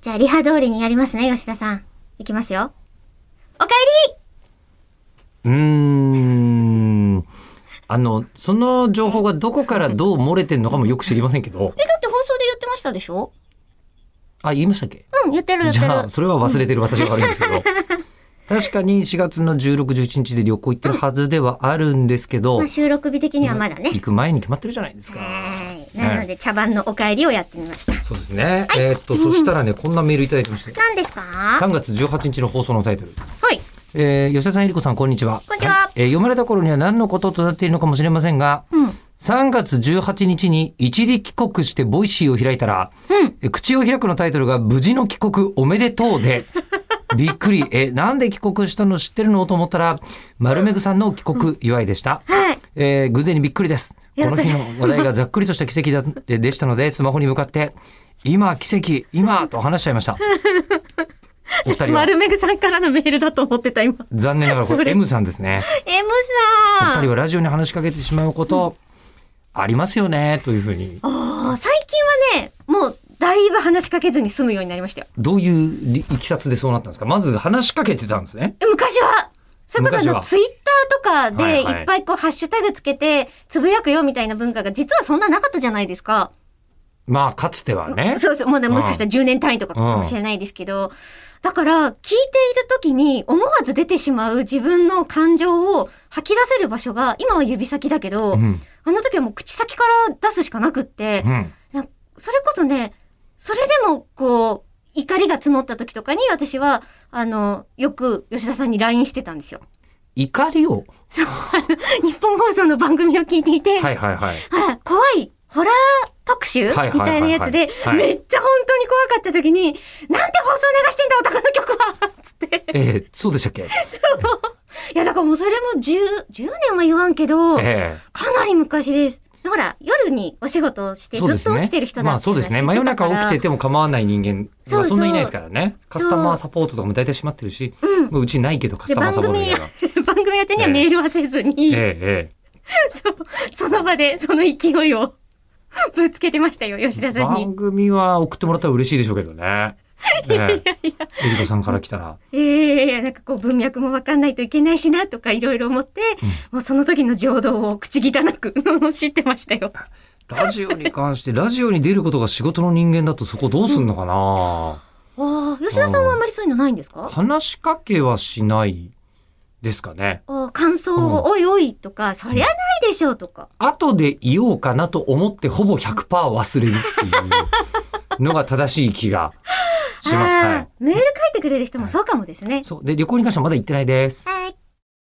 じゃあ、リハ通りにやりますね、吉田さん。いきますよ。おかえりうーん。あの、その情報がどこからどう漏れてるのかもよく知りませんけど。え、だって放送で言ってましたでしょあ、言いましたっけうん、言ってる言っじてる。ゃあ、それは忘れてる私が悪いんですけど。確かに4月の16、17日で旅行行ってるはずではあるんですけどまあ、、収録日的にはまだね行。く前に決まってるじゃないですか。はい。なので、茶番のお帰りをやってみました。そうですね。えーっと、そしたらね、こんなメールいただいてました。何ですかは3月18日の放送のタイトル。い。えー吉田さん、えりこさん、こんにちは。こんにちはえー読まれた頃には何のこととなっているのかもしれませんが、うん。 3月18日に一時帰国してボイシーを開いたら、うんえー口を開くのタイトルが無事の帰国おめでと うで、びっくり。えーなんで帰国したの知ってるのと思ったら、丸めぐさんの帰国祝いでした。はい。えー偶然にびっくりです。いこやの日の話題がざっくりとした奇跡だででしたので、スマホに向かって、今、奇跡、今、と話しちゃい ました。お二人は丸めぐさんからのメールだと思ってた、今。残念ながら こそれれ M さんですね。 M おさ二ん人はラジオに話しかけてしまうこと、ありますよね、というふうに。あー最近はね、もう、だいぶ話しかけずに済むようになりましたよ。どういうりいきさつでそうなったんですかまず話しかけてたんですね。え昔は、それこ昔そあはの、ツイッターとかはで、いはいいっぱいこう、ハッシュタグつけて、つぶやくよみたいな文化が、実はそんななかったじゃないですか。まあ、かつてはね。そうそう、もうねうんもしかしたら10年単位とかかもしれないですけど、だから、聞いている時に思わず出てしまう自分の感情を吐き出せる場所が、今は指先だけど、うん。あの時はもう口先から出すしかなくってう、ん。なそれこそね、それでもこう、怒りが募った時とかに私は、あの、よく吉田さんに LINE してたんですよ。 怒りを。日本放送の番組を聞いていて、はいはいはい。あら、怖い、ホラー特集みはいはいはたいいはないやつでは、いめっちゃ本当に怖かった時に、なんて放送流してんだ、お宅の曲はつって。 えー、そうでしたっけいや、だからもうそれも10、10年は言わんけど、かえなり昔です。ほら、夜にお仕事をしてえずそうでっすとね。起きてる人まだあっていそうのうは知っですてたかね。ら真夜中起きてても構わない人間そうがそうそんないないですからね。カスタマーサポートとかも大体閉まってるし、うんまあうちないけどカスでタマ番ーサポート組みたいな。 番組宛てにはメールはせずえに、えええ。その場でその勢いを ぶつけてましたよ、吉 田さん番に。組は送ってもらったら嬉しいでしょうけど ね。ええ、えりこさんから来たら。ええなんかこう文脈もわかんないといけないしなとかいろいろ思って、もうその時の情動を口汚く 罵ってましたよ。ラジオに関して、ラジオに出ることが仕事の人間だとそこどうすんのかな、ああ、吉田さんはあんまりそういうのないんですか話しかけはしないですかね。あー感想を、おいおいとか、そりゃないでしょうとか。後で言おうかなと思ってほぼ100%忘れるっていうのが正しい気がします。 あーはい。メール書いてくれる人もそうかもですね。そう。で、旅行に関してはまだ行ってないです。あ